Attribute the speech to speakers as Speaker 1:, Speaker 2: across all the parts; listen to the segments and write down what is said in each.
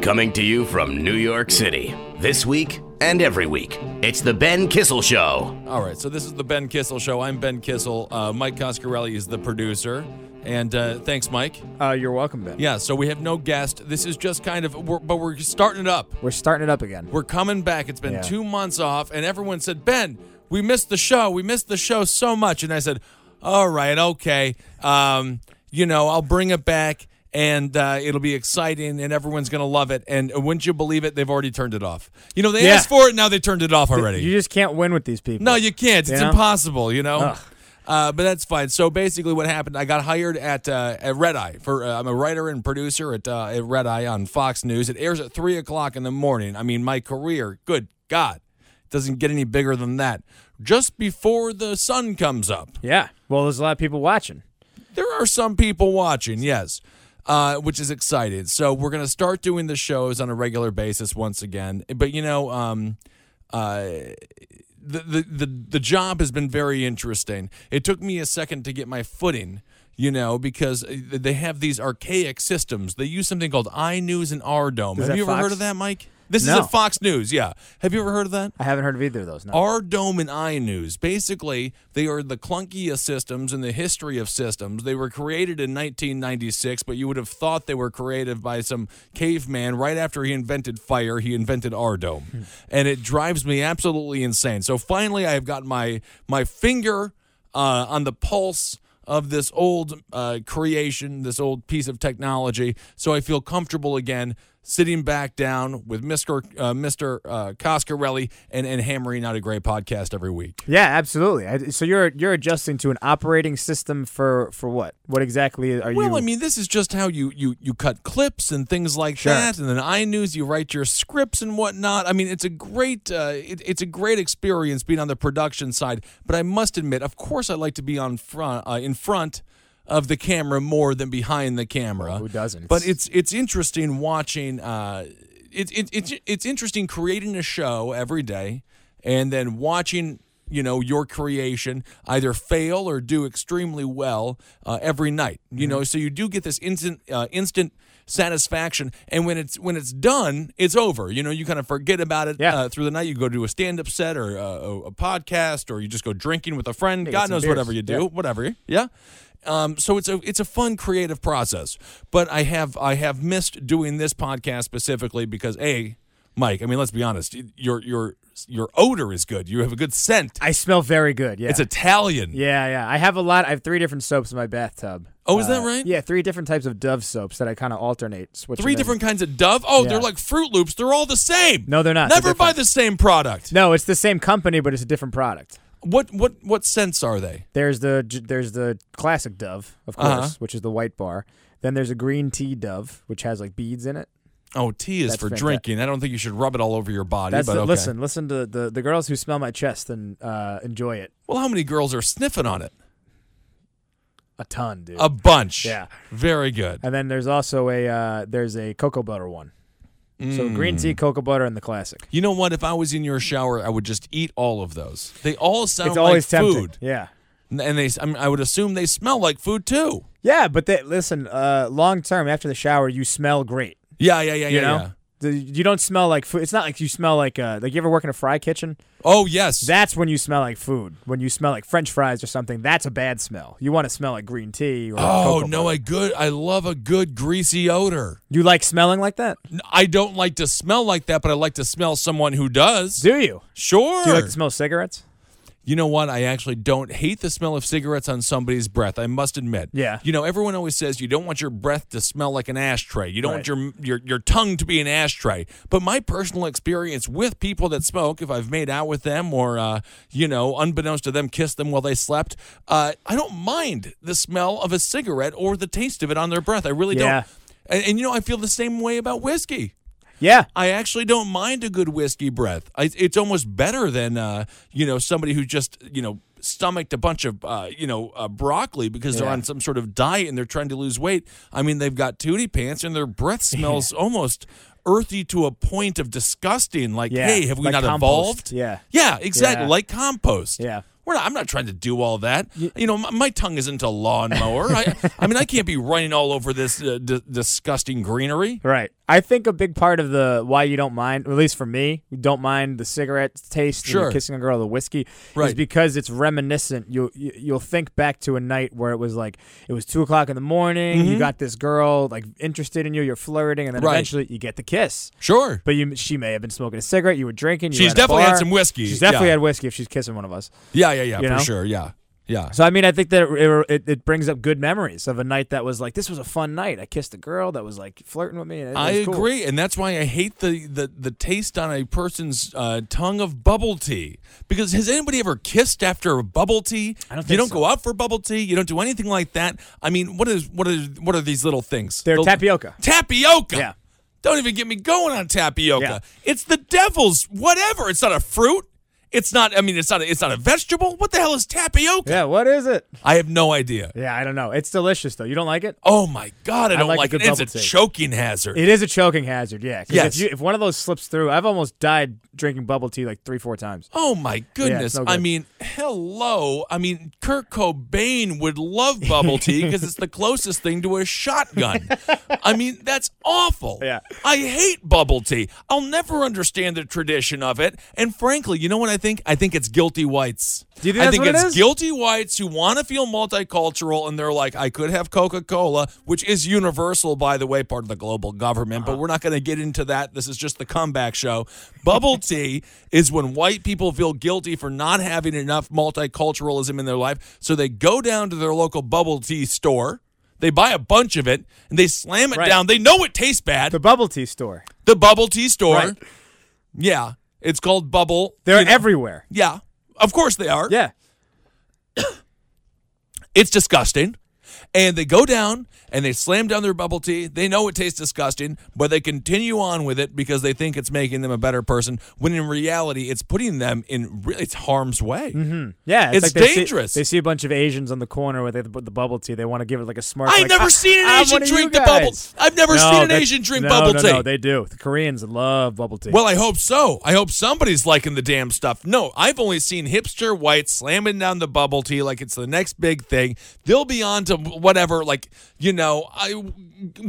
Speaker 1: Coming to you from New York City. This week and every week, it's The Ben Kissel Show.
Speaker 2: All right, so this is the Ben Kissel Show. I'm Ben Kissel. Uh, Mike Coscarelli is the producer. And uh, thanks, Mike.
Speaker 3: Uh, you're welcome, Ben.
Speaker 2: Yeah, so we have no guest. This is just kind of, we're, but we're starting it up.
Speaker 3: We're starting it up again.
Speaker 2: We're coming back. It's been
Speaker 3: Yeah.
Speaker 2: two months off, and everyone said, Ben, we missed the show. We missed the show so much. And I said, All right, okay. Um, you know, I'll bring it back, and uh, it'll be exciting, and everyone's going to love it. And wouldn't you believe it? They've already turned it off. You know, they
Speaker 3: Yeah.
Speaker 2: asked for it, now they turned it off already.
Speaker 3: You just can't win with these people.
Speaker 2: No, you can't. It's
Speaker 3: You know?
Speaker 2: impossible. You know.
Speaker 3: Ugh.
Speaker 2: Uh, but that's fine. So basically, what happened? I got hired at uh, at Red Eye for. Uh, I'm a writer and producer at uh, at Red Eye on Fox News. It airs at three o'clock in the morning. I mean, my career. Good God, doesn't get any bigger than that. Just before the sun comes up,
Speaker 3: Yeah. Well, there's a lot of people watching.
Speaker 2: there are some people watching, yes, uh, which is exciting. So we're going to start doing the shows on a regular basis once again. But you know, um, uh, the, the the the job has been very interesting. It took me a second to get my footing. You know, because uh, they have these archaic systems. They use something called iNews and RDome.
Speaker 3: Is
Speaker 2: Have
Speaker 3: that
Speaker 2: you ever
Speaker 3: Fox?
Speaker 2: heard of that, Mike? This
Speaker 3: No.
Speaker 2: is a Fox News, yeah. Have you ever heard of that?
Speaker 3: I haven't heard of either of those. No.
Speaker 2: Our Dome and I News. Basically, they are the clunkiest systems in the history of systems. They were created in 1996, but you would have thought they were created by some caveman right after he invented fire. He invented our Dome, and it drives me absolutely insane. So finally, I have got my my finger uh, on the pulse of this old uh, creation, this old piece of technology. So I feel comfortable again sitting back down with Mr. Uh, Mr. Uh, Coscarelli and, and hammering out a great podcast every week.
Speaker 3: yeah, absolutely. I, so you're you're adjusting to an operating system for for what? What exactly are you?
Speaker 2: Well, I mean, this is just how you you you cut clips and things like
Speaker 3: Sure.
Speaker 2: that, and then iNews you write your scripts and whatnot. I mean, it's a great uh, it, it's a great experience being on the production side. But I must admit, of course, I like to be on front uh, in front of the camera more than behind the camera.
Speaker 3: who doesn't?
Speaker 2: But it's it's interesting watching. Uh, it, it, it's it's interesting creating a show every day and then watching you know your creation either fail or do extremely well uh, every night you know so you do get this instant uh, instant satisfaction and when it's when it's done it's over you know you kind of forget about it
Speaker 3: Yeah.
Speaker 2: uh, through the night you go to a stand-up set or uh, a, a podcast or you just go drinking with a friend
Speaker 3: get
Speaker 2: god
Speaker 3: some
Speaker 2: knows
Speaker 3: beers.
Speaker 2: whatever you do
Speaker 3: Yeah.
Speaker 2: whatever yeah um, so it's a it's a fun creative process but i have i have missed doing this podcast specifically because a mike i mean let's be honest your your your odor is good you have a good scent
Speaker 3: I smell very good. Yeah.
Speaker 2: it's italian
Speaker 3: yeah, yeah. I have a lot. I have three different soaps in my bathtub.
Speaker 2: Oh, is that right?
Speaker 3: Uh, Yeah, three different types of Dove soaps that I kind of alternate. Switch
Speaker 2: three
Speaker 3: them in.
Speaker 2: different kinds of dove oh
Speaker 3: Yeah.
Speaker 2: they're like fruit loops they're all the same
Speaker 3: No, they're not. They're
Speaker 2: never buy
Speaker 3: different.
Speaker 2: the same product
Speaker 3: No, it's the same company, but it's a different product.
Speaker 2: what what what scents are they
Speaker 3: There's the j- there's the classic Dove, of course,
Speaker 2: Uh-huh.
Speaker 3: which is the white bar. Then there's a green tea Dove, which has like beads in it.
Speaker 2: oh tea is
Speaker 3: That's
Speaker 2: for
Speaker 3: fanta-
Speaker 2: drinking i don't think you should rub it all over your body
Speaker 3: That's
Speaker 2: but
Speaker 3: the,
Speaker 2: okay.
Speaker 3: listen, listen to the the girls who smell my chest and uh, enjoy it
Speaker 2: well how many girls are sniffing on it
Speaker 3: a ton, dude.
Speaker 2: a bunch
Speaker 3: Yeah.
Speaker 2: very good
Speaker 3: and then there's also a uh, there's a cocoa butter one. So
Speaker 2: Mm.
Speaker 3: green tea, cocoa butter, and the classic.
Speaker 2: You know what? If I was in your shower, I would just eat all of those. They all sound
Speaker 3: it's always
Speaker 2: like
Speaker 3: tempting.
Speaker 2: food,
Speaker 3: Yeah,
Speaker 2: N- and they. I, mean, I would assume they smell like food too.
Speaker 3: yeah, but they, listen, uh, long term after the shower, you smell great.
Speaker 2: Yeah, yeah, yeah,
Speaker 3: You
Speaker 2: yeah,
Speaker 3: know,
Speaker 2: yeah.
Speaker 3: The- you don't smell like food. It's not like you smell like uh, like you ever work in a fry kitchen.
Speaker 2: Oh yes,
Speaker 3: That's when you smell like food. When you smell like French fries or something, that's a bad smell. You want to smell like green tea or
Speaker 2: Oh
Speaker 3: cocoa
Speaker 2: no,
Speaker 3: butter.
Speaker 2: I good. I love a good greasy odor.
Speaker 3: you like smelling like that?
Speaker 2: N- I don't like to smell like that, but I like to smell someone who does.
Speaker 3: Do you?
Speaker 2: sure.
Speaker 3: Do you like to smell cigarettes?
Speaker 2: You know what? I actually don't hate the smell of cigarettes on somebody's breath. I must admit.
Speaker 3: Yeah.
Speaker 2: You know, everyone always says you don't want your breath to smell like an ashtray. You don't
Speaker 3: Right.
Speaker 2: want your, your your tongue to be an ashtray. But my personal experience with people that smoke, if I've made out with them or uh, you know, unbeknownst to them, kissed them while they slept, uh, I don't mind the smell of a cigarette or the taste of it on their breath. I really
Speaker 3: Yeah.
Speaker 2: don't. And, and you know, I feel the same way about whiskey.
Speaker 3: Yeah.
Speaker 2: I actually don't mind a good whiskey breath. I, it's almost better than uh, you know somebody who just you know stomached a bunch of uh, you know uh, broccoli because they're
Speaker 3: Yeah.
Speaker 2: on some sort of diet and they're trying to lose weight. I mean, they've got tootie pants and their breath smells almost earthy to a point of disgusting. Like,
Speaker 3: Yeah.
Speaker 2: hey, have we
Speaker 3: Like
Speaker 2: not evolved?
Speaker 3: compost. Yeah.
Speaker 2: yeah, exactly.
Speaker 3: Yeah.
Speaker 2: Like compost.
Speaker 3: Yeah.
Speaker 2: We're not, I'm not trying to do all that. You know, my, my tongue isn't a lawnmower. I, I mean, I can't be running all over this uh, d- disgusting greenery.
Speaker 3: Right. I think a big part of the why you don't mind, at least for me, you don't mind the cigarette taste, and
Speaker 2: Sure.
Speaker 3: the kissing a girl, the whiskey, is
Speaker 2: Right.
Speaker 3: because it's reminiscent. You'll you- you'll think back to a night where it was like it was two o'clock in the morning. You got this girl like interested in you. You're flirting, and then
Speaker 2: Mm-hmm. Right.
Speaker 3: eventually you get the kiss.
Speaker 2: Sure.
Speaker 3: But you, she may have been smoking a cigarette. You were drinking. You
Speaker 2: She's
Speaker 3: were at a
Speaker 2: definitely had
Speaker 3: bar.
Speaker 2: some whiskey,
Speaker 3: She's definitely
Speaker 2: yeah.
Speaker 3: had whiskey if she's kissing one of us.
Speaker 2: Yeah, yeah, yeah,
Speaker 3: You
Speaker 2: for
Speaker 3: know?
Speaker 2: sure. Yeah. Yeah.
Speaker 3: So I mean, I think that it, it, it brings up good memories of a night that was like this was a fun night. I kissed a girl that was like flirting with me. And it
Speaker 2: I
Speaker 3: was cool.
Speaker 2: agree, and that's why I hate the, the, the taste on a person's uh, tongue of bubble tea. Because has anybody ever kissed after a bubble tea?
Speaker 3: I don't
Speaker 2: you
Speaker 3: think
Speaker 2: don't
Speaker 3: so.
Speaker 2: go out for bubble tea. You don't do anything like that. I mean, what is what is what are these little things?
Speaker 3: They're
Speaker 2: The-
Speaker 3: tapioca.
Speaker 2: Tapioca.
Speaker 3: Yeah.
Speaker 2: Don't even get me going on tapioca.
Speaker 3: Yeah.
Speaker 2: It's the devil's whatever. It's not a fruit. It's not. I mean, it's not. A, it's not a vegetable. What the hell is tapioca?
Speaker 3: Yeah, what is it?
Speaker 2: I have no idea.
Speaker 3: Yeah, I don't know. It's delicious though. You don't like it?
Speaker 2: Oh my god, I don't
Speaker 3: like a
Speaker 2: like,
Speaker 3: good
Speaker 2: it. It's a
Speaker 3: bubble tea.
Speaker 2: choking hazard.
Speaker 3: It is a choking hazard. Yeah. 'Cause
Speaker 2: Yes.
Speaker 3: If, you, if one of those slips through, I've almost died drinking bubble tea like three, four times.
Speaker 2: Oh my goodness!
Speaker 3: no
Speaker 2: I
Speaker 3: good.
Speaker 2: mean, hello! I mean, Kurt Cobain would love bubble tea because it's the closest thing to a shotgun. I mean, that's awful.
Speaker 3: Yeah.
Speaker 2: I hate bubble tea. I'll never understand the tradition of it. And frankly, you know what I think? I think it's guilty whites.
Speaker 3: Do you think
Speaker 2: I
Speaker 3: that's
Speaker 2: think
Speaker 3: what it
Speaker 2: it's
Speaker 3: is?
Speaker 2: guilty whites who want to feel multicultural, and they're like, I could have Coca Cola, which is universal, by the way, part of the global government, but we're not going to get into that. This is just the comeback show. Bubble tea is when white people feel guilty for not having enough multiculturalism in their life. So they go down to their local bubble tea store. They buy a bunch of it and they slam it
Speaker 3: Right.
Speaker 2: down. They know it tastes bad.
Speaker 3: The
Speaker 2: The,
Speaker 3: bubble tea store.
Speaker 2: bubble tea store.
Speaker 3: Right.
Speaker 2: Yeah. It's called Bubble.
Speaker 3: They're
Speaker 2: you know.
Speaker 3: everywhere.
Speaker 2: Yeah. Of course they are.
Speaker 3: Yeah.
Speaker 2: It's disgusting. And they go down and they slam down their bubble tea. They know it tastes disgusting, but they continue on with it because they think it's making them a better person. When in reality, it's putting them in re- it's harm's way.
Speaker 3: Yeah. It's,
Speaker 2: It's
Speaker 3: like they see-
Speaker 2: dangerous.
Speaker 3: they see a bunch of Asians on the corner with the, with the bubble tea. They want to give it like a smirk.
Speaker 2: I've
Speaker 3: like,
Speaker 2: never
Speaker 3: "I-
Speaker 2: seen an
Speaker 3: I'm
Speaker 2: Asian
Speaker 3: one of you
Speaker 2: drink the bubble.
Speaker 3: guys."
Speaker 2: I've never
Speaker 3: No,
Speaker 2: seen an
Speaker 3: that's-
Speaker 2: Asian drink
Speaker 3: no,
Speaker 2: bubble
Speaker 3: no,
Speaker 2: tea.
Speaker 3: No, they do. The Koreans love bubble tea.
Speaker 2: Well, I hope so. I hope somebody's liking the damn stuff. No, I've only seen hipster whites slamming down the bubble tea like it's the next big thing. They'll be on to whatever, like, you know, I,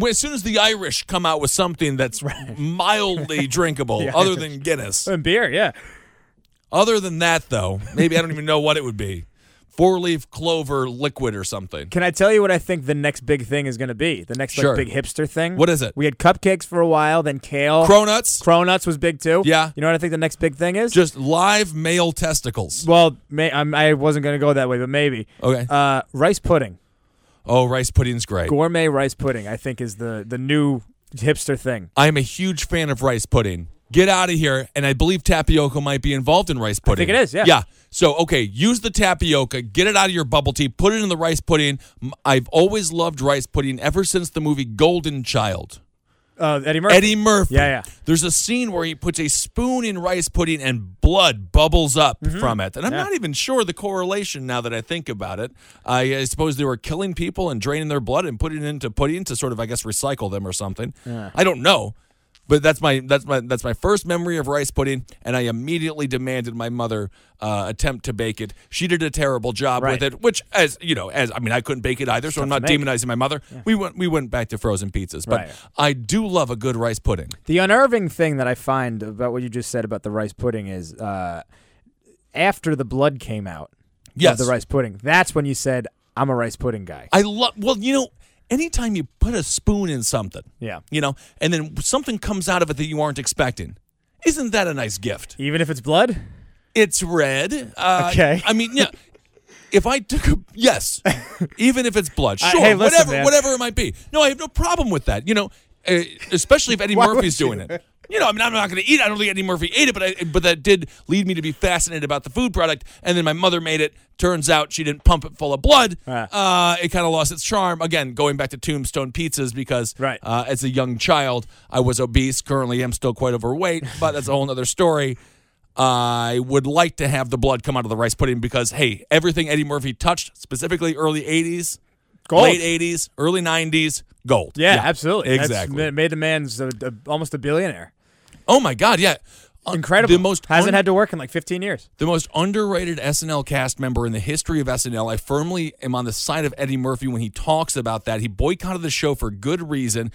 Speaker 2: as soon as the Irish come out with something that's mildly drinkable, other than Guinness.
Speaker 3: and beer, yeah.
Speaker 2: Other than that, though, maybe I don't even know what it would be. Four leaf clover liquid or something.
Speaker 3: Can I tell you what I think the next big thing is going to be? The next
Speaker 2: Sure.
Speaker 3: like, big hipster thing.
Speaker 2: What is it?
Speaker 3: We had cupcakes for a while, then kale.
Speaker 2: Cronuts,
Speaker 3: Cronuts was big too.
Speaker 2: Yeah.
Speaker 3: You know what I think the next big thing is?
Speaker 2: just live male testicles.
Speaker 3: well, may, I'm, I wasn't going to go that way, but maybe.
Speaker 2: Okay.
Speaker 3: Uh, rice pudding,
Speaker 2: Oh, rice pudding's great.
Speaker 3: gourmet rice pudding, I think is the the new hipster thing.
Speaker 2: I am a huge fan of rice pudding. Get out of here. And I believe tapioca might be involved in rice pudding.
Speaker 3: it is, yeah.
Speaker 2: Yeah. So, okay, use the tapioca, get it out of your bubble tea, put it in the rice pudding. M- I've always loved rice pudding ever since the movie Golden Child.
Speaker 3: Uh, Eddie Murphy.
Speaker 2: Eddie Murphy.
Speaker 3: Yeah, yeah.
Speaker 2: There's a scene where he puts a spoon in rice pudding and blood bubbles up
Speaker 3: Mm-hmm.
Speaker 2: from it. And I'm not even sure the correlation now that I think about it. I, I suppose they were killing people and draining their blood and putting it into pudding to sort of, I guess, recycle them or something. I don't know. But that's my that's my that's my first memory of rice pudding, and I immediately demanded my mother uh, attempt to bake it. She did a terrible job with
Speaker 3: Right.
Speaker 2: it, which as you know, as I mean, I couldn't bake it either, so I'm not
Speaker 3: to make.
Speaker 2: demonizing my mother. We went we went back to frozen pizzas, but
Speaker 3: Right.
Speaker 2: I do love a good rice pudding.
Speaker 3: The unnerving thing that I find about what you just said about the rice pudding is uh, after the blood came out
Speaker 2: Yes.
Speaker 3: of the rice pudding, that's when you said, I'm a rice pudding guy.
Speaker 2: I love. Well, you know, anytime you put a spoon in something,
Speaker 3: Yeah.
Speaker 2: you know, and then something comes out of it that you aren't expecting, isn't that a nice gift?
Speaker 3: Even if it's blood?
Speaker 2: It's red. Uh,
Speaker 3: Okay.
Speaker 2: I mean, yeah. If I took a yes, even if it's blood,
Speaker 3: I-
Speaker 2: sure,
Speaker 3: hey, listen,
Speaker 2: whatever,
Speaker 3: man.
Speaker 2: whatever it might be. No, I have no problem with that. You know, uh, especially if Eddie
Speaker 3: Why
Speaker 2: Murphy's
Speaker 3: would you?
Speaker 2: doing it. You know, I mean, I'm not going to eat. it. I don't think Eddie Murphy ate it, but I, but that did lead me to be fascinated about the food product. And then my mother made it. Turns out she didn't pump it full of blood.
Speaker 3: Ah.
Speaker 2: Uh, it kind of lost its charm. Again, going back to Tombstone pizzas because
Speaker 3: Right.
Speaker 2: uh, as a young child I was obese. Currently, am still quite overweight, but that's a whole other story. I would like to have the blood come out of the rice pudding because, hey, everything Eddie Murphy touched, specifically early 80s,
Speaker 3: Gold.
Speaker 2: late 80s, early 90s, gold.
Speaker 3: Yeah, absolutely. That's
Speaker 2: Exactly.
Speaker 3: ma- made the man's a, a, almost a billionaire.
Speaker 2: oh, my God. Yeah. Uh,
Speaker 3: Incredible.
Speaker 2: The most
Speaker 3: hasn't
Speaker 2: un-
Speaker 3: had to work in like 15 years.
Speaker 2: The most underrated SNL cast member in the history of SNL. I firmly am on the side of Eddie Murphy when he talks about that. He boycotted the show for good reason.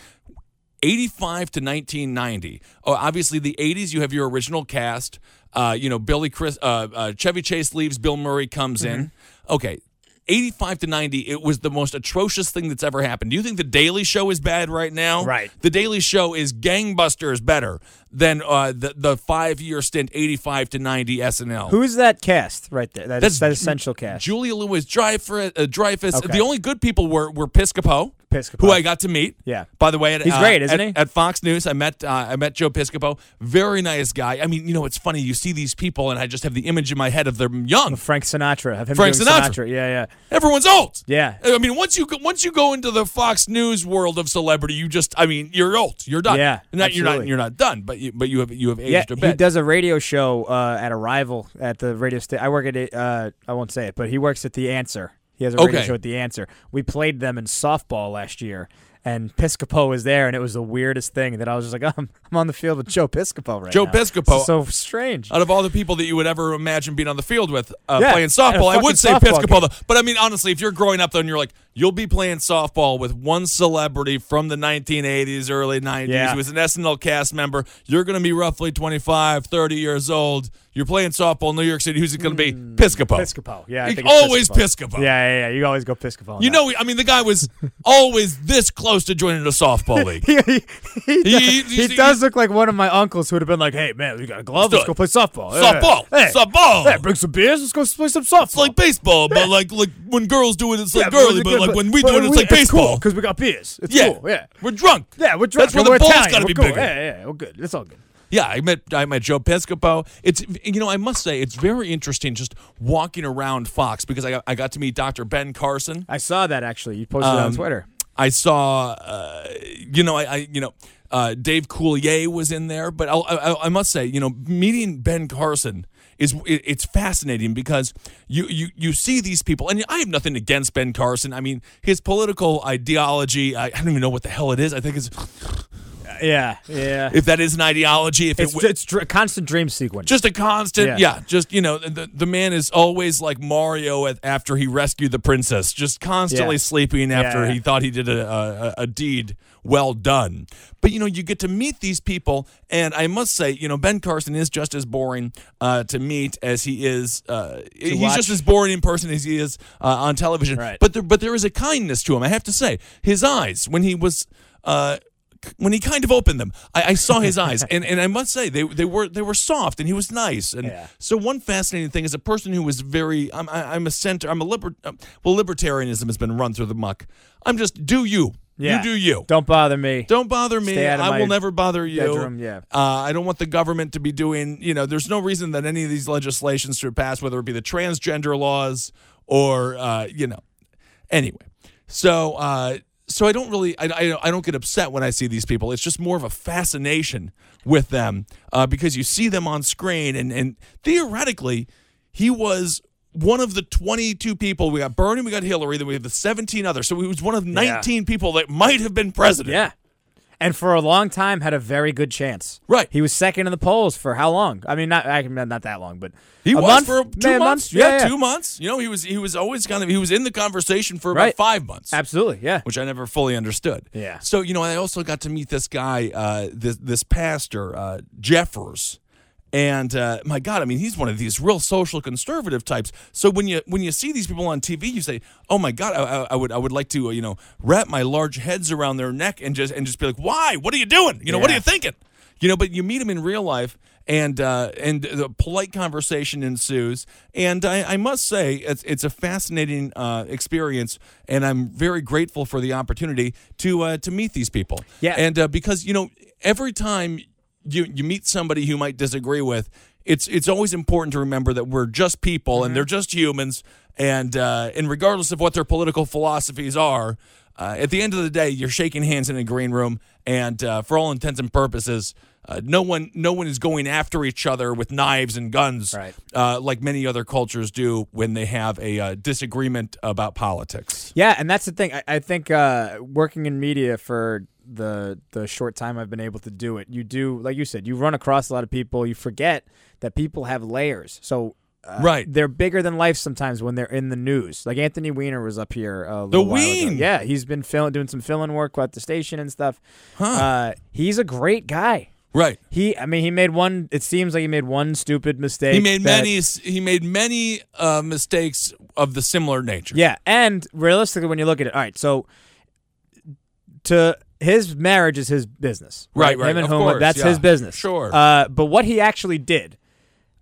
Speaker 2: 85 to 1990. Oh, obviously the 80s you have your original cast. Uh, you know, Billy Chris uh, uh, Chevy Chase leaves, Bill Murray comes in.
Speaker 3: Mm-hmm.
Speaker 2: Okay. 85 to 90, it was the most atrocious thing that's ever happened. Do you think The Daily Show is bad right now?
Speaker 3: Right.
Speaker 2: The Daily Show is gangbusters better than uh, the, the five year stint, 85 to 90 SNL.
Speaker 3: Who's that cast right there? That
Speaker 2: That's
Speaker 3: is that essential cast.
Speaker 2: Julia Louis Dreyfus. Uh, Dreyfus.
Speaker 3: Okay.
Speaker 2: The only good people were were Piscopo,
Speaker 3: Piscopo.
Speaker 2: who I got to meet.
Speaker 3: Yeah.
Speaker 2: By the way, at,
Speaker 3: He's
Speaker 2: uh,
Speaker 3: great, isn't
Speaker 2: at-
Speaker 3: he?
Speaker 2: At Fox News, I met uh, I met Joe Piscopo. Very nice guy. I mean, you know, it's funny. You see these people, and I just have the image in my head of them young.
Speaker 3: Frank Sinatra. Have him
Speaker 2: Frank
Speaker 3: doing
Speaker 2: Sinatra.
Speaker 3: Yeah, yeah.
Speaker 2: Everyone's old.
Speaker 3: Yeah.
Speaker 2: I mean, once you go, once you go into the Fox News world of celebrity, you just I mean, you're old. You're done.
Speaker 3: Yeah,
Speaker 2: Not, you're not.
Speaker 3: absolutely.
Speaker 2: You're not done. But you, but you have you have aged
Speaker 3: Yeah,
Speaker 2: a bit.
Speaker 3: he does a radio show uh, at a rival at the radio station. I work at it. Uh, I won't say it, but he works at the Answer. He has a radio
Speaker 2: Okay.
Speaker 3: show at the Answer. We played them in softball last year, and Piscopo was there, and it was the weirdest thing that I was just like, I'm, I'm on the field with Joe Piscopo right
Speaker 2: Joe
Speaker 3: now.
Speaker 2: Piscopo.
Speaker 3: so strange.
Speaker 2: out of all the people that you would ever imagine being on the field with uh,
Speaker 3: Yeah,
Speaker 2: playing
Speaker 3: at a
Speaker 2: softball, I would
Speaker 3: fucking
Speaker 2: say
Speaker 3: softball
Speaker 2: Piscopo.
Speaker 3: game.
Speaker 2: Though. But I mean, honestly, if you're growing up, then you're like, you'll be playing softball with one celebrity from the 1980s, early 90s,
Speaker 3: Yeah.
Speaker 2: who was an SNL cast member. You're going to be roughly 25, 30 years old. You're playing softball in New York City. Who's it going to be? Piscopo.
Speaker 3: Hmm, Piscopo. Yeah, I
Speaker 2: He-
Speaker 3: think it's
Speaker 2: always Piscopo.
Speaker 3: Yeah, yeah, yeah. You always go Piscopo. on
Speaker 2: You
Speaker 3: that.
Speaker 2: know, I mean, the guy was always this close to joining the softball league.
Speaker 3: he, he, he,
Speaker 2: He-
Speaker 3: does,
Speaker 2: he-
Speaker 3: he
Speaker 2: he-
Speaker 3: does look like one of my uncles who would have been like, "Hey man, we got a glove.
Speaker 2: Let's
Speaker 3: Let's
Speaker 2: do
Speaker 3: go play softball. Hey,
Speaker 2: Softball.
Speaker 3: Hey,
Speaker 2: Softball.
Speaker 3: Hey, bring some beers. Let's go play some softball.
Speaker 2: It's like baseball, but like like when girls do it, it's like girly, but like when we do it, it's like baseball.
Speaker 3: because we got beers. It's
Speaker 2: Yeah.
Speaker 3: cool. Yeah,
Speaker 2: We're drunk.
Speaker 3: yeah, we're drunk.
Speaker 2: That's where
Speaker 3: but we're
Speaker 2: the ball's
Speaker 3: Italian.
Speaker 2: got to
Speaker 3: We're
Speaker 2: be
Speaker 3: cool.
Speaker 2: bigger.
Speaker 3: Yeah, yeah, yeah, we're good. It's all good.
Speaker 2: Yeah, I met I met Joe Piscopo. It's you know I must say it's very interesting just walking around Fox because I got, I got to meet Dr. Ben Carson.
Speaker 3: I saw that actually. You posted it
Speaker 2: Um,
Speaker 3: on Twitter.
Speaker 2: I saw uh, you know I, I you know uh, Dave Coulier was in there, but I'll, I, I must say you know meeting Ben Carson is it, it's fascinating because you, you you see these people and I have nothing against Ben Carson. I mean his political ideology I, I don't even know what the hell it is. I think it's
Speaker 3: Yeah, yeah.
Speaker 2: if that is an ideology if it
Speaker 3: It's
Speaker 2: w-
Speaker 3: it's dr- constant dream sequence.
Speaker 2: just a constant yeah.
Speaker 3: Yeah.
Speaker 2: just you know the, the man is always like mario at, after he rescued the princess just constantly
Speaker 3: Yeah.
Speaker 2: sleeping after
Speaker 3: Yeah.
Speaker 2: he thought he did a, a, a deed well done but you know you get to meet these people and i must say you know ben carson is just as boring uh, to meet as he is uh, he's
Speaker 3: watch.
Speaker 2: just as boring in person as he is uh, on television
Speaker 3: Right.
Speaker 2: but there, but there is a kindness to him i have to say his eyes when he was uh, when he kind of opened them, I, I saw his eyes, and, and I must say they they were they were soft, and he was nice. And
Speaker 3: Yeah.
Speaker 2: so one fascinating thing is a person who was very I'm I, I'm a center I'm a liber um, well libertarianism has been run through the muck. I'm just do you
Speaker 3: Yeah.
Speaker 2: you do you
Speaker 3: Don't bother me.
Speaker 2: don't bother me.
Speaker 3: Stay out of
Speaker 2: I
Speaker 3: my
Speaker 2: will never bother you.
Speaker 3: bedroom, yeah.
Speaker 2: Uh, I don't want the government to be doing, you know, there's no reason that any of these legislations should pass, whether it be the transgender laws or, uh, you know, anyway. So, uh, so I don't really, I, I, I don't get upset when I see these people. It's just more of a fascination with them uh, because you see them on screen and, and theoretically, he was one of the 22 people we got Bernie, we got Hillary, then we have the 17 others. So he was one of 19 people that might have been president.
Speaker 3: Yeah. And for a long time, had a very good chance.
Speaker 2: Right.
Speaker 3: He was second in the polls for how long? I mean, not I can not that long, but
Speaker 2: He
Speaker 3: a
Speaker 2: was
Speaker 3: month?
Speaker 2: for two
Speaker 3: Man, a
Speaker 2: months.
Speaker 3: month?
Speaker 2: Yeah, two months. You know, he was he was always kind of he was in the conversation for about
Speaker 3: Right.
Speaker 2: five months.
Speaker 3: Absolutely, yeah.
Speaker 2: Which I never fully understood.
Speaker 3: Yeah.
Speaker 2: So you know, I also got to meet this guy, uh, this this pastor uh, Jeffers, and uh, my God, I mean, he's one of these real social conservative types. So when you when you see these people on TV, you say, "Oh my God, I, I, I would I would like to uh, you know wrap my large heads around their neck and just and just be like, why? What are you doing? You know, what are
Speaker 3: Yeah.
Speaker 2: you thinking? You know, but you meet him in real life, and uh, and the polite conversation ensues. And I, I must say, it's, it's a fascinating uh, experience, and I'm very grateful for the opportunity to uh, to meet these people.
Speaker 3: Yeah.
Speaker 2: and uh, because you know, every time you you meet somebody who might disagree with, it's it's always important to remember that we're just people
Speaker 3: Mm-hmm.
Speaker 2: and they're just humans, and uh, and regardless of what their political philosophies are, uh, at the end of the day, you're shaking hands in a green room, and uh, for all intents and purposes. Uh, no one, no one is going after each other with knives and guns,
Speaker 3: Right.
Speaker 2: uh, like many other cultures do when they have a uh, disagreement about politics.
Speaker 3: Yeah, and that's the thing. I, I think uh, working in media for the the short time I've been able to do it, you do like you said, you run across a lot of people. You forget that people have layers. So uh,
Speaker 2: Right.
Speaker 3: They're bigger than life sometimes when they're in the news. Like Anthony Weiner was up here. uh, A little while ago.
Speaker 2: Ween!
Speaker 3: Yeah, he's been fill- doing some filling work at the station and stuff. Uh, he's a great guy.
Speaker 2: Right.
Speaker 3: He, I mean, he made one. It seems like he made one stupid mistake.
Speaker 2: He made
Speaker 3: that-
Speaker 2: many. He made many uh, mistakes of the similar nature.
Speaker 3: Yeah, and realistically, when you look at it, all right, so to his marriage is his business,
Speaker 2: Right, right,
Speaker 3: Him and
Speaker 2: of
Speaker 3: Huma,
Speaker 2: course,
Speaker 3: that's
Speaker 2: yeah,
Speaker 3: his business,
Speaker 2: sure.
Speaker 3: Uh, but what he actually did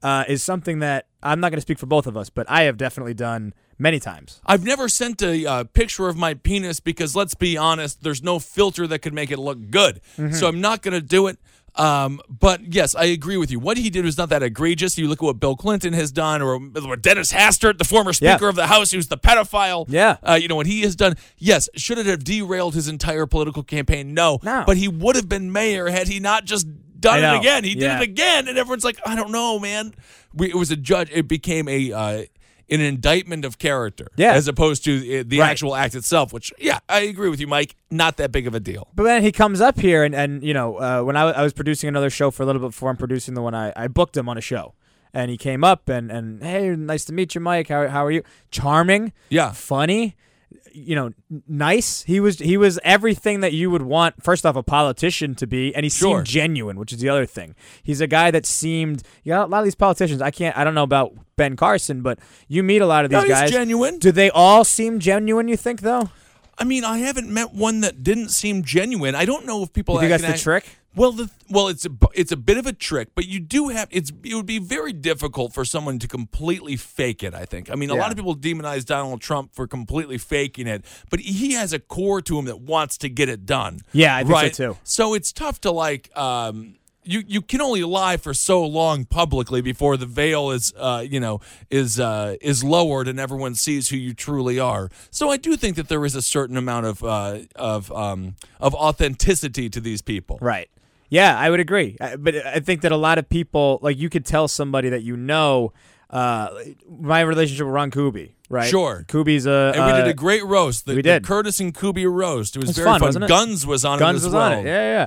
Speaker 3: uh, is something that I'm not going to speak for both of us, but I have definitely done many times.
Speaker 2: I've never sent a uh, picture of my penis because let's be honest, there's no filter that could make it look good.
Speaker 3: Mm-hmm.
Speaker 2: So I'm not going to do it. Um, but yes, I agree with you. What he did was not that egregious. You look at what Bill Clinton has done, or, or Dennis Hastert, the former
Speaker 3: Yeah.
Speaker 2: Speaker of the House, who's the pedophile.
Speaker 3: Yeah.
Speaker 2: uh, you know what he has done. Yes, should it have derailed his entire political campaign? No,
Speaker 3: No.
Speaker 2: But he would have been mayor had he not just
Speaker 3: I
Speaker 2: done it
Speaker 3: know.
Speaker 2: again. He
Speaker 3: Yeah.
Speaker 2: did it again, and everyone's like, I don't know, man. We, it was a judge. It became a uh, an indictment of character
Speaker 3: Yeah.
Speaker 2: as opposed to uh, the
Speaker 3: Right.
Speaker 2: actual act itself. Which, yeah, I agree with you, Mike. Not that big of a deal.
Speaker 3: But then he comes up here, and, and you know, uh, when I wa- I was producing another show for a little bit before I'm producing the one I, I booked him on a show. And he came up and, and hey, nice to meet you, Mike. How, how are you? Charming.
Speaker 2: Yeah.
Speaker 3: Funny. You know, n- nice. He was he was everything that you would want. First off, a politician to be, and he
Speaker 2: Sure.
Speaker 3: seemed genuine, which is the other thing. He's a guy that seemed. Yeah, a lot of these politicians. I can't. I don't know about Ben Carson, but you meet a lot of these
Speaker 2: No, he's
Speaker 3: guys.
Speaker 2: genuine.
Speaker 3: Do they all seem genuine? You think though?
Speaker 2: I mean, I haven't met one that didn't seem genuine. I don't know if people.
Speaker 3: You think
Speaker 2: that
Speaker 3: that's
Speaker 2: can
Speaker 3: the trick?
Speaker 2: Well, the well, it's a bu- it's a bit of a trick, but you do have it's. It would be very difficult for someone to completely fake it. I think. I mean, a lot of people demonize Donald Trump for completely faking it, but he has a core to him that wants to get it done.
Speaker 3: Yeah, I think so,
Speaker 2: right?
Speaker 3: too.
Speaker 2: So it's tough to like. Um, you, you can only lie for so long publicly before the veil is uh, you know is uh, is lowered and everyone sees who you truly are. So I do think that there is a certain amount of uh, of um, of authenticity to these people.
Speaker 3: Right. Yeah, I would agree. I, but I think that a lot of people, like you could tell somebody that you know, uh, my relationship with Ron Kubi, right?
Speaker 2: Sure.
Speaker 3: Kubi's a.
Speaker 2: And we did
Speaker 3: uh,
Speaker 2: a great roast. The,
Speaker 3: we did.
Speaker 2: the Curtis and Kubi roast. It was,
Speaker 3: was
Speaker 2: very
Speaker 3: fun,
Speaker 2: fun.
Speaker 3: wasn't it?
Speaker 2: Guns was on it
Speaker 3: Guns
Speaker 2: as
Speaker 3: was
Speaker 2: well.
Speaker 3: on it. Yeah, yeah.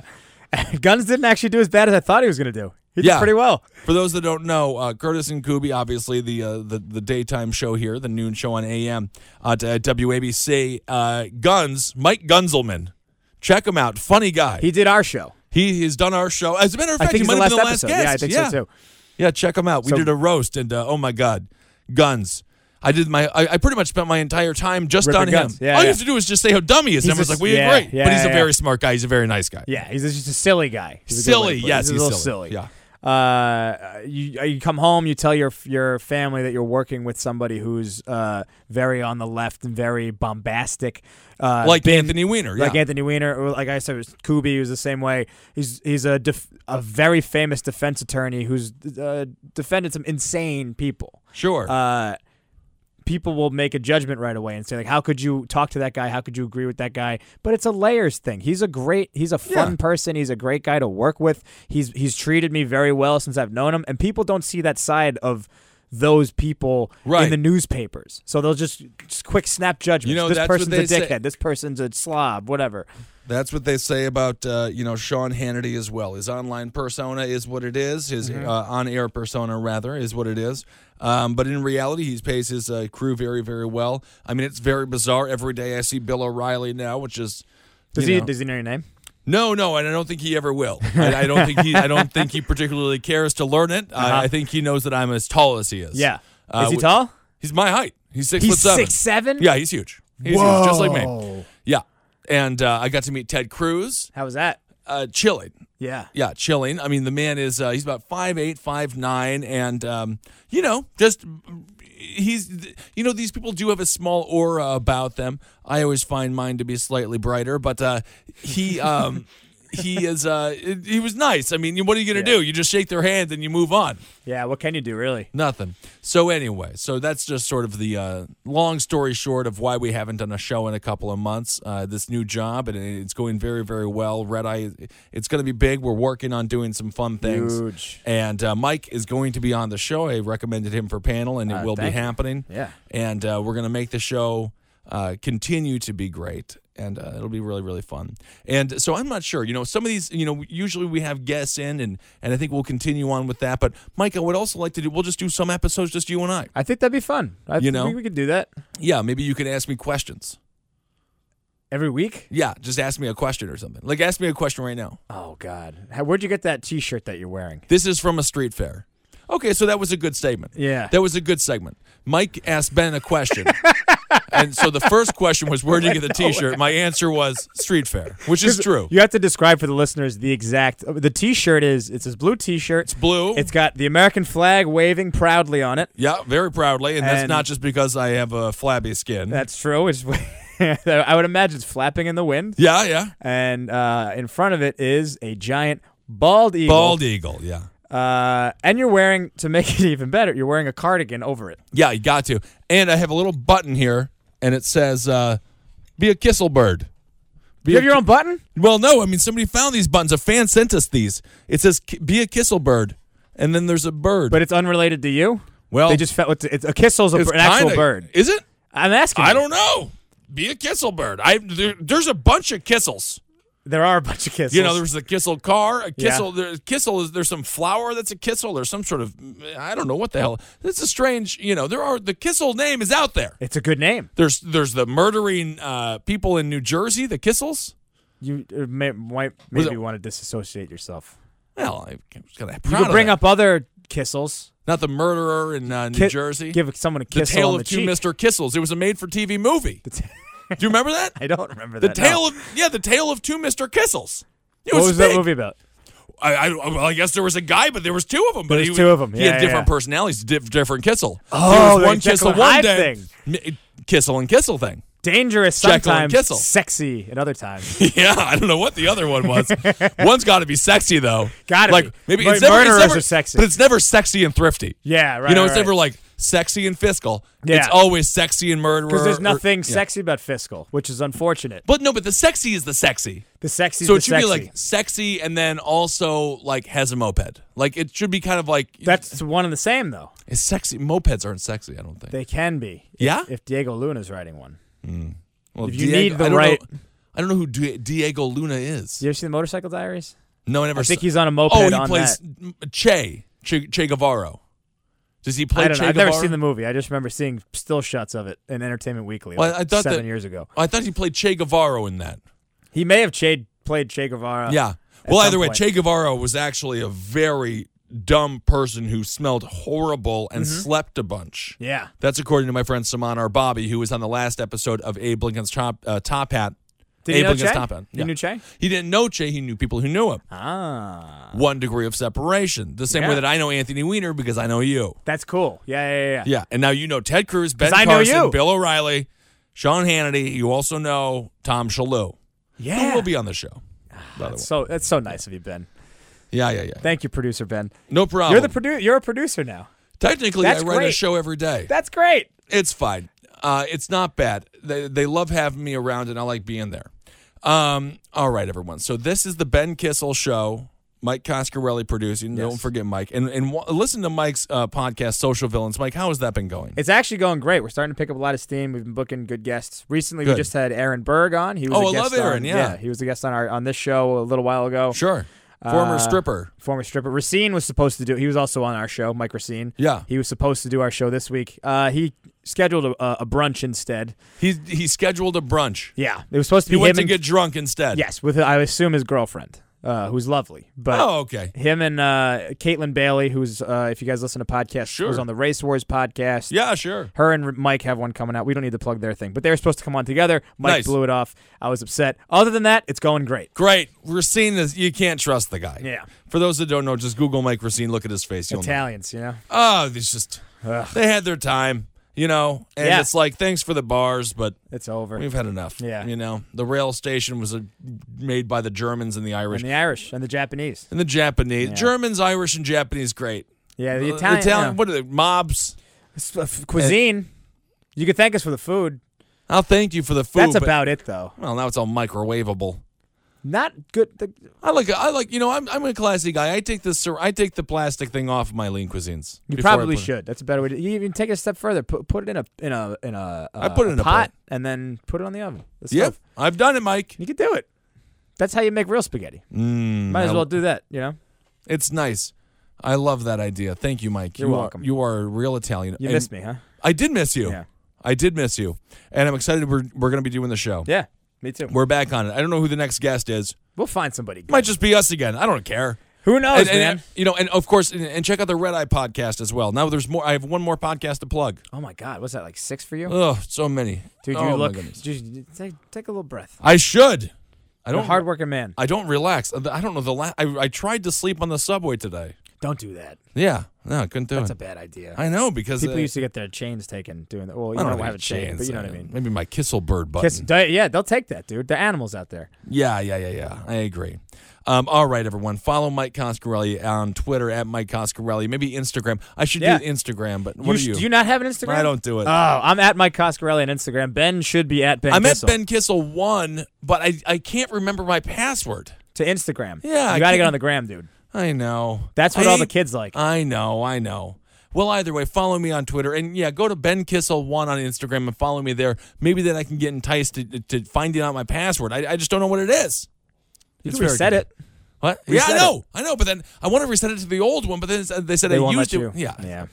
Speaker 3: yeah. Guns didn't actually do as bad as I thought he was going to do. He did
Speaker 2: Yeah.
Speaker 3: pretty well.
Speaker 2: For those that don't know, uh, Curtis and Kubi, obviously the, uh, the the daytime show here, the noon show on AM uh, t- at WABC. Uh, Guns, Mike Gunzelman. Check him out. Funny guy.
Speaker 3: He did our show.
Speaker 2: He has done our show. As a matter of
Speaker 3: I
Speaker 2: fact,
Speaker 3: think
Speaker 2: he
Speaker 3: it's
Speaker 2: might
Speaker 3: the
Speaker 2: have
Speaker 3: last
Speaker 2: been the last
Speaker 3: episode.
Speaker 2: guest.
Speaker 3: Yeah, I think so too.
Speaker 2: Yeah, check them out. We
Speaker 3: So-
Speaker 2: did a roast, and uh, oh my god, guns. I did my. I, I pretty much spent my entire time just
Speaker 3: Ripping
Speaker 2: on him.
Speaker 3: Guns. Yeah,
Speaker 2: All you
Speaker 3: yeah.
Speaker 2: have to do is just say how dumb he is. and
Speaker 3: He's
Speaker 2: everyone's
Speaker 3: just-
Speaker 2: like, we
Speaker 3: yeah,
Speaker 2: agree.
Speaker 3: yeah,
Speaker 2: but he's a
Speaker 3: yeah.
Speaker 2: very smart guy. He's a very nice guy.
Speaker 3: Yeah, he's just a silly guy. He's a good way
Speaker 2: Silly,
Speaker 3: to put it.
Speaker 2: yes,
Speaker 3: he's,
Speaker 2: he's
Speaker 3: a little
Speaker 2: silly.
Speaker 3: silly.
Speaker 2: Yeah.
Speaker 3: Uh, you you come home, you tell your your family that you're working with somebody who's uh very on the left and very bombastic, uh,
Speaker 2: Like
Speaker 3: been-
Speaker 2: Anthony Weiner.
Speaker 3: like
Speaker 2: yeah.
Speaker 3: Anthony Weiner, or like I said, it was Kubi he was the same way. He's he's a def- a very famous defense attorney who's uh, defended some insane people.
Speaker 2: sure.
Speaker 3: Uh, people will make a judgment right away and say like, "How could you talk to that guy? How could you agree with that guy?" But it's a layers thing. He's a great, he's a fun
Speaker 2: Yeah.
Speaker 3: person. He's a great guy to work with. He's he's treated me very well since I've known him, and people don't see that side of those people
Speaker 2: Right.
Speaker 3: in the newspapers. So they'll just, just quick snap judgments.
Speaker 2: You know,
Speaker 3: this
Speaker 2: that's what
Speaker 3: person's
Speaker 2: they
Speaker 3: a
Speaker 2: say-
Speaker 3: dickhead. This person's a slob. Whatever.
Speaker 2: That's what they say about uh, you know Sean Hannity as well. His online persona is what it is. His
Speaker 3: Mm-hmm.
Speaker 2: uh, on-air persona rather is what it is. Um, but in reality, he pays his uh, crew very very well. I mean, it's very bizarre. Every day I see Bill O'Reilly now, which is
Speaker 3: Does
Speaker 2: you
Speaker 3: he
Speaker 2: know-
Speaker 3: does he know your name?
Speaker 2: No, no, and I don't think he ever will. I, I don't think he. I don't think he particularly cares to learn it. I, I think he knows that I'm as tall as he is.
Speaker 3: Uh-huh. Yeah.
Speaker 2: Uh,
Speaker 3: is he
Speaker 2: wh-
Speaker 3: tall?
Speaker 2: He's my height. He's six foot
Speaker 3: He's
Speaker 2: seven.
Speaker 3: six seven.
Speaker 2: Yeah, he's huge. He's huge, just like me. Yeah, and uh, I got to meet Ted Cruz.
Speaker 3: How was that?
Speaker 2: Uh, chilling.
Speaker 3: Yeah.
Speaker 2: Yeah, chilling. I mean, the man is uh, he's about five eight, five nine, and um, you know, just he's you know these people do have a small aura about them. I always find mine to be slightly brighter, but uh, he. Um, He is. Uh, he was nice. I mean, what are you gonna do? You just shake their hand and you move on.
Speaker 3: Yeah. What can you do really?
Speaker 2: Nothing. So anyway, so that's just sort of the uh, long story short of why we haven't done a show in a couple of months. Uh, this new job and it's going very very well. Red Eye, it's going to be big. We're working on doing some fun things.
Speaker 3: Huge.
Speaker 2: And uh, Mike is going to be on the show. I recommended him for panel, and it will be
Speaker 3: Uh, thank you.
Speaker 2: happening.
Speaker 3: Yeah.
Speaker 2: And uh, we're going to make the show. uh, continue to be great. And uh, it'll be really, really fun. And so I'm not sure. You know, some of these, you know, usually we have guests in, and, and I think we'll continue on with that. But Mike, I would also like to do, we'll just do some episodes, just you and I.
Speaker 3: I think that'd be fun. I
Speaker 2: You
Speaker 3: think
Speaker 2: know?
Speaker 3: we- we could do that
Speaker 2: Yeah, maybe you can ask me questions.
Speaker 3: every week.
Speaker 2: Yeah, just ask me a question or something. Like, ask me a question right now.
Speaker 3: Oh God, How, where'd you get that T-shirt that you're wearing?
Speaker 2: This is from a street fair. Okay, so that was a good statement.
Speaker 3: Yeah.
Speaker 2: That was a good segment. Mike asked Ben a question. and so the first question was, Where'd you get the t shirt? My answer was street fair, which is true.
Speaker 3: You have to describe for the listeners the exact. uh, The T-shirt is it's this blue T-shirt. It's
Speaker 2: blue.
Speaker 3: It's got the American flag waving proudly on it.
Speaker 2: Yeah, very proudly. And that's
Speaker 3: And-
Speaker 2: not just because I have a flabby skin.
Speaker 3: That's true. It's, I would imagine it's flapping in the wind.
Speaker 2: yeah, yeah.
Speaker 3: And uh, in front of it is a giant bald eagle.
Speaker 2: Bald eagle. Yeah.
Speaker 3: Uh, and you're wearing to make it even better. You're wearing a cardigan over it.
Speaker 2: Yeah, you got to. And I have a little button here, and it says, uh, Be a kissel bird. Be
Speaker 3: You have
Speaker 2: a
Speaker 3: your own button.
Speaker 2: Well, no, I mean somebody found these buttons. A fan sent us these. It says "K- "Be a Kissel bird," and then there's a bird.
Speaker 3: But it's unrelated to you.
Speaker 2: Well-
Speaker 3: they just felt it's, it's a kissel's a,
Speaker 2: It's
Speaker 3: bir- an actual
Speaker 2: kinda-
Speaker 3: bird.
Speaker 2: Is it?
Speaker 3: I'm asking.
Speaker 2: I
Speaker 3: you.
Speaker 2: don't know. Be a Kissel bird. I there, there's a bunch of Kissels.
Speaker 3: There are a bunch of kissels.
Speaker 2: You know, there's the Kissel car. A
Speaker 3: Yeah.
Speaker 2: Kissel. There, Kissel is there's some flower that's a Kissel. There's some sort of I don't know what the hell. This is strange. You know, there are the Kissel name is out there.
Speaker 3: it's a good name.
Speaker 2: There's there's the murdering uh, people in New Jersey, the Kissels.
Speaker 3: You uh, may, might
Speaker 2: Was
Speaker 3: maybe
Speaker 2: it-
Speaker 3: want to disassociate yourself.
Speaker 2: Well, I, I was gonna
Speaker 3: You could bring up other kissels.
Speaker 2: not the murderer in uh, New
Speaker 3: Ki-
Speaker 2: Jersey.
Speaker 3: Give someone a
Speaker 2: The
Speaker 3: kiss
Speaker 2: Tale
Speaker 3: on
Speaker 2: of
Speaker 3: the
Speaker 2: Two
Speaker 3: cheek.
Speaker 2: Mr. Kissels. It was a made-for-TV movie.
Speaker 3: The t-
Speaker 2: Do you remember that?
Speaker 3: I don't remember
Speaker 2: The
Speaker 3: that. no.
Speaker 2: Tale of yeah, the Tale of Two Mr. Kissels. It
Speaker 3: what
Speaker 2: was,
Speaker 3: was that
Speaker 2: big.
Speaker 3: movie about?
Speaker 2: I, I, well, I guess there was a guy, but there was two of them. But
Speaker 3: There was
Speaker 2: he,
Speaker 3: two of 'em.
Speaker 2: he
Speaker 3: Yeah,
Speaker 2: had different
Speaker 3: yeah.
Speaker 2: personalities, diff- different Kissel.
Speaker 3: Oh,
Speaker 2: there was
Speaker 3: the
Speaker 2: one
Speaker 3: Jekyll
Speaker 2: Kissel
Speaker 3: and
Speaker 2: one
Speaker 3: Hyde
Speaker 2: day, M- Kissel and Kissel thing.
Speaker 3: Dangerous
Speaker 2: Jekyll and
Speaker 3: sometimes,
Speaker 2: Kissel.
Speaker 3: sexy at other times.
Speaker 2: yeah, I don't know what the other one was. One's got to be sexy though.
Speaker 3: Gotta
Speaker 2: like
Speaker 3: be.
Speaker 2: maybe
Speaker 3: But
Speaker 2: it's never, it's
Speaker 3: murderers
Speaker 2: never-
Speaker 3: are sexy.
Speaker 2: but it's never sexy and thrifty.
Speaker 3: Yeah, right,
Speaker 2: You know,
Speaker 3: right,
Speaker 2: it's
Speaker 3: right.
Speaker 2: never like sexy and fiscal.
Speaker 3: Yeah.
Speaker 2: It's always sexy and murderer.
Speaker 3: Because there's
Speaker 2: or-
Speaker 3: nothing
Speaker 2: yeah.
Speaker 3: sexy about fiscal, which is unfortunate.
Speaker 2: But no, but the sexy is the sexy.
Speaker 3: The sexy,
Speaker 2: So
Speaker 3: the
Speaker 2: it should
Speaker 3: sexy.
Speaker 2: be like sexy and then also like has a moped. Like it should be kind of like
Speaker 3: that's one and the same though.
Speaker 2: it's sexy. Mopeds aren't sexy, I don't think.
Speaker 3: They can be. if-
Speaker 2: Yeah?
Speaker 3: If Diego Luna's writing one,
Speaker 2: well,
Speaker 3: if you
Speaker 2: Diego-
Speaker 3: need the
Speaker 2: I don't
Speaker 3: right-
Speaker 2: know- I don't know who Di- Diego Luna is.
Speaker 3: do you ever see the Motorcycle Diaries?
Speaker 2: No, I never.
Speaker 3: I think
Speaker 2: saw-
Speaker 3: he's on a moped.
Speaker 2: Oh, he
Speaker 3: on
Speaker 2: plays
Speaker 3: that.
Speaker 2: m- Che, che Che Guevara. Does he play
Speaker 3: I don't
Speaker 2: Che
Speaker 3: know. I've
Speaker 2: Guevara?
Speaker 3: never seen the movie. I just remember seeing still shots of it in Entertainment Weekly
Speaker 2: Well,
Speaker 3: like
Speaker 2: I thought
Speaker 3: seven
Speaker 2: that-
Speaker 3: years ago.
Speaker 2: Oh, I thought he played Che Guevara in that.
Speaker 3: He may have che- played Che Guevara.
Speaker 2: yeah. Well,
Speaker 3: Uh, some
Speaker 2: either way,
Speaker 3: point.
Speaker 2: Che Guevara was actually a very dumb person who smelled horrible and
Speaker 3: Mm-hmm.
Speaker 2: slept a bunch.
Speaker 3: Yeah.
Speaker 2: That's according to my friend Saman Arbabi, who was on the last episode of Abe Lincoln's Top, uh, top Hat.
Speaker 3: Did
Speaker 2: Abe
Speaker 3: you know
Speaker 2: Lincoln's
Speaker 3: Che?
Speaker 2: Top Hat.
Speaker 3: You knew Che?
Speaker 2: He didn't know Che. He knew people who knew him.
Speaker 3: Ah.
Speaker 2: One degree of separation. The same
Speaker 3: Yeah.
Speaker 2: way that I know Anthony Weiner because I know you.
Speaker 3: That's cool. Yeah, yeah, yeah.
Speaker 2: Yeah. And now you know Ted Cruz, Ben
Speaker 3: 'Cause I
Speaker 2: Carson,
Speaker 3: know you.
Speaker 2: Bill O'Reilly, Sean Hannity. You also know Tom Shalhoub,
Speaker 3: Yeah.
Speaker 2: who will be on the show. By the way.
Speaker 3: so that's so nice of you, Ben.
Speaker 2: Yeah, yeah, yeah.
Speaker 3: Thank you, producer Ben.
Speaker 2: No problem.
Speaker 3: You're the produ- you're a producer now.
Speaker 2: Technically, I
Speaker 3: That's
Speaker 2: write a
Speaker 3: great.
Speaker 2: show every day.
Speaker 3: That's great.
Speaker 2: it's fine. Uh, it's not bad. They, they love having me around, and I like being there. Um, all right, everyone. So this is the Ben Kissel show. Mike Coscarelli producing. Don't forget Mike, and and w- listen to Mike's uh, podcast, Social Villains. Mike, how has that been going?
Speaker 3: It's actually going great. We're starting to pick up a lot of steam. We've been booking good guests. Recently,
Speaker 2: Good.
Speaker 3: we just had Aaron Berg on. He was
Speaker 2: Oh,
Speaker 3: a
Speaker 2: I
Speaker 3: guest
Speaker 2: love Aaron,
Speaker 3: on-
Speaker 2: yeah.
Speaker 3: he was a guest on our on this show a little while ago.
Speaker 2: sure, former
Speaker 3: Uh,
Speaker 2: stripper.
Speaker 3: Former stripper Racine was supposed to do. He was also on our show, Mike Racine.
Speaker 2: Yeah.
Speaker 3: he was supposed to do our show this week. Uh, he scheduled a, a- a brunch instead.
Speaker 2: He he scheduled a brunch.
Speaker 3: Yeah, it was supposed to
Speaker 2: He
Speaker 3: be
Speaker 2: went
Speaker 3: him
Speaker 2: to
Speaker 3: and
Speaker 2: get drunk instead.
Speaker 3: yes with I assume his girlfriend, uh, who's lovely. But
Speaker 2: Oh, okay.
Speaker 3: him and uh, Caitlin Bailey, who's uh, if you guys listen to podcasts,
Speaker 2: Sure.
Speaker 3: was on the Race Wars podcast.
Speaker 2: Yeah, sure.
Speaker 3: Her and Mike have one coming out. We don't need to plug their thing, but they were supposed to come on together. Mike
Speaker 2: Nice.
Speaker 3: blew it off. I was upset. Other than that, it's going great.
Speaker 2: Great. Racine is you can't trust the guy.
Speaker 3: Yeah.
Speaker 2: For those that don't know, just Google Mike Racine. Look at his face. You'll know.
Speaker 3: Italians, you know.
Speaker 2: Oh, it's just they had their time, you know. And
Speaker 3: Yeah.
Speaker 2: it's like thanks for the bars, but
Speaker 3: It's over.
Speaker 2: we've had enough.
Speaker 3: Yeah.
Speaker 2: you know, the rail station was uh made by the Germans and the Irish
Speaker 3: and
Speaker 2: and
Speaker 3: the Irish and the Japanese.
Speaker 2: the, Japanese. Germans, Irish, and Japanese, great.
Speaker 3: Yeah, the
Speaker 2: Uh,
Speaker 3: Italian.
Speaker 2: Italian
Speaker 3: you know,
Speaker 2: what are they? Mobs.
Speaker 3: s- uh, f- cuisine. You could thank us for the food.
Speaker 2: I'll thank you for the food.
Speaker 3: That's
Speaker 2: but-
Speaker 3: about it, though.
Speaker 2: well, now it's all microwavable.
Speaker 3: Not good. The,
Speaker 2: I like I like you know I'm I'm a classy guy. I take the sur- I take the plastic thing off my lean cuisines.
Speaker 3: you
Speaker 2: before I
Speaker 3: probably
Speaker 2: put it-
Speaker 3: should. That's a better way. to You even take it a step further. Put put it in a in a in a.
Speaker 2: I
Speaker 3: uh,
Speaker 2: put it in a
Speaker 3: pot
Speaker 2: pot.
Speaker 3: and then put it on the oven. That's
Speaker 2: Yep,
Speaker 3: tough.
Speaker 2: I've done it, Mike.
Speaker 3: you can do it. That's how you make real spaghetti.
Speaker 2: Mm,
Speaker 3: Might as
Speaker 2: I-
Speaker 3: well do that. You know,
Speaker 2: It's nice. I love that idea. Thank you, Mike.
Speaker 3: You're
Speaker 2: You
Speaker 3: welcome.
Speaker 2: Are, you are a real Italian.
Speaker 3: you
Speaker 2: And
Speaker 3: missed me, huh?
Speaker 2: I did miss you.
Speaker 3: Yeah.
Speaker 2: I did miss you, and I'm excited. We're we're gonna be doing the show.
Speaker 3: Yeah, me too.
Speaker 2: We're back on it. I don't know who the next guest is.
Speaker 3: We'll find somebody. good.
Speaker 2: Might just be us again. I don't care.
Speaker 3: Who knows,
Speaker 2: and,
Speaker 3: man?
Speaker 2: and- you know, and of course, and, and check out the Red Eye podcast as well. Now there's more. I have one more podcast to plug.
Speaker 3: oh my God, what's that like six for you,
Speaker 2: Ugh, so many.
Speaker 3: dude? You
Speaker 2: Uh, Oh, my
Speaker 3: look.
Speaker 2: goodness.
Speaker 3: Dude, take take a little breath.
Speaker 2: I should. I
Speaker 3: You're a
Speaker 2: don't.
Speaker 3: hardworking man.
Speaker 2: I don't relax. I don't know the last. I, I tried to sleep on the subway today.
Speaker 3: Don't do that.
Speaker 2: Yeah, no, I couldn't do
Speaker 3: That's a
Speaker 2: it.
Speaker 3: bad idea.
Speaker 2: I know because
Speaker 3: People
Speaker 2: uh,
Speaker 3: used to get their chains taken doing that. Well, you
Speaker 2: I
Speaker 3: don't,
Speaker 2: don't
Speaker 3: have a chain,
Speaker 2: chance.
Speaker 3: but you know what
Speaker 2: Uh,
Speaker 3: I mean.
Speaker 2: Maybe my Kisselbird button.
Speaker 3: Kiss- they- yeah, they'll take that, dude. The animals out there.
Speaker 2: Yeah, yeah, yeah, yeah. I agree. Um, all right, everyone. Follow Mike Coscarelli on Twitter at Mike Coscarelli. Maybe Instagram. I should
Speaker 3: Yeah.
Speaker 2: do Instagram, but what
Speaker 3: sh-
Speaker 2: are you?
Speaker 3: Do you not have an Instagram?
Speaker 2: I don't do it.
Speaker 3: Oh, I'm at Mike Coscarelli on Instagram. Ben should be at Ben.
Speaker 2: I'm
Speaker 3: Kissel.
Speaker 2: at Ben Kissel one, but I, I can't remember my password.
Speaker 3: to Instagram.
Speaker 2: Yeah, I
Speaker 3: you got to get
Speaker 2: can't-
Speaker 3: on the gram, dude.
Speaker 2: I know.
Speaker 3: That's what
Speaker 2: I
Speaker 3: all the
Speaker 2: hate-
Speaker 3: kids like.
Speaker 2: I know, I know. Well, either way, follow me on Twitter and yeah, go to Ben Kissel one on Instagram and follow me there. Maybe then I can get enticed to, to finding out my password. I, I just don't know what it is.
Speaker 3: You
Speaker 2: It's
Speaker 3: can
Speaker 2: very
Speaker 3: reset
Speaker 2: good.
Speaker 3: it.
Speaker 2: What? Yeah, I
Speaker 3: Reset
Speaker 2: know, I know. But then I want to reset it to the old one, but then it's- uh, they said
Speaker 3: They
Speaker 2: I
Speaker 3: won't
Speaker 2: used
Speaker 3: let
Speaker 2: it.
Speaker 3: you.
Speaker 2: Yeah,
Speaker 3: yeah.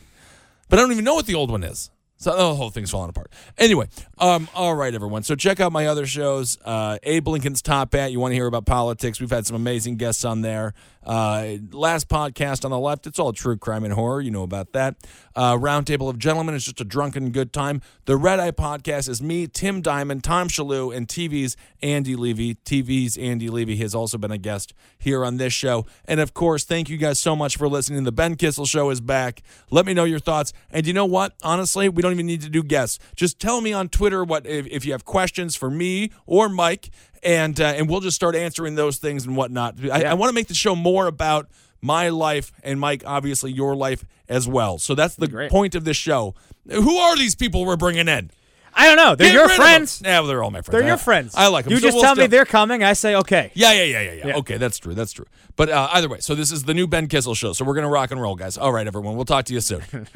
Speaker 2: but I don't even know what the old one is. So the whole thing's falling apart. Anyway, um, all right, everyone. So check out my other shows. Uh, Abe Lincoln's Top Hat. You want to hear about politics? We've had some amazing guests on there. Uh, last podcast on the left. It's all true crime and horror. You know about that. Uh, Roundtable of Gentlemen is just a drunken good time. The Red Eye Podcast is me, Tim Diamond, Tom Shalhoub, and TV's Andy Levy. TV's Andy Levy has also been a guest here on this show. And of course, thank you guys so much for listening. The Ben Kissel Show is back. Let me know your thoughts. And you know what? Honestly, we don't even need to do guests. Just tell me on Twitter what if, if you have questions for me or Mike, and uh, and we'll just start answering those things and whatnot. I, I want to make the show more about my life and Mike, obviously your life as well. So that's the
Speaker 3: Great.
Speaker 2: point of this show. Who are these people we're bringing in?
Speaker 3: I don't know. They're
Speaker 2: Get
Speaker 3: your
Speaker 2: rid of them.
Speaker 3: friends.
Speaker 2: Yeah, well, they're all my friends.
Speaker 3: They're
Speaker 2: I-
Speaker 3: your friends.
Speaker 2: I like them.
Speaker 3: You
Speaker 2: So
Speaker 3: just
Speaker 2: we'll
Speaker 3: tell me
Speaker 2: still-
Speaker 3: they're coming. I say okay.
Speaker 2: yeah, yeah, yeah, yeah, yeah,
Speaker 3: Yeah.
Speaker 2: Okay, that's true. That's true. But uh, either way, so this is the new Ben Kissel show. So we're gonna rock and roll, guys. All right, everyone. We'll talk to you soon.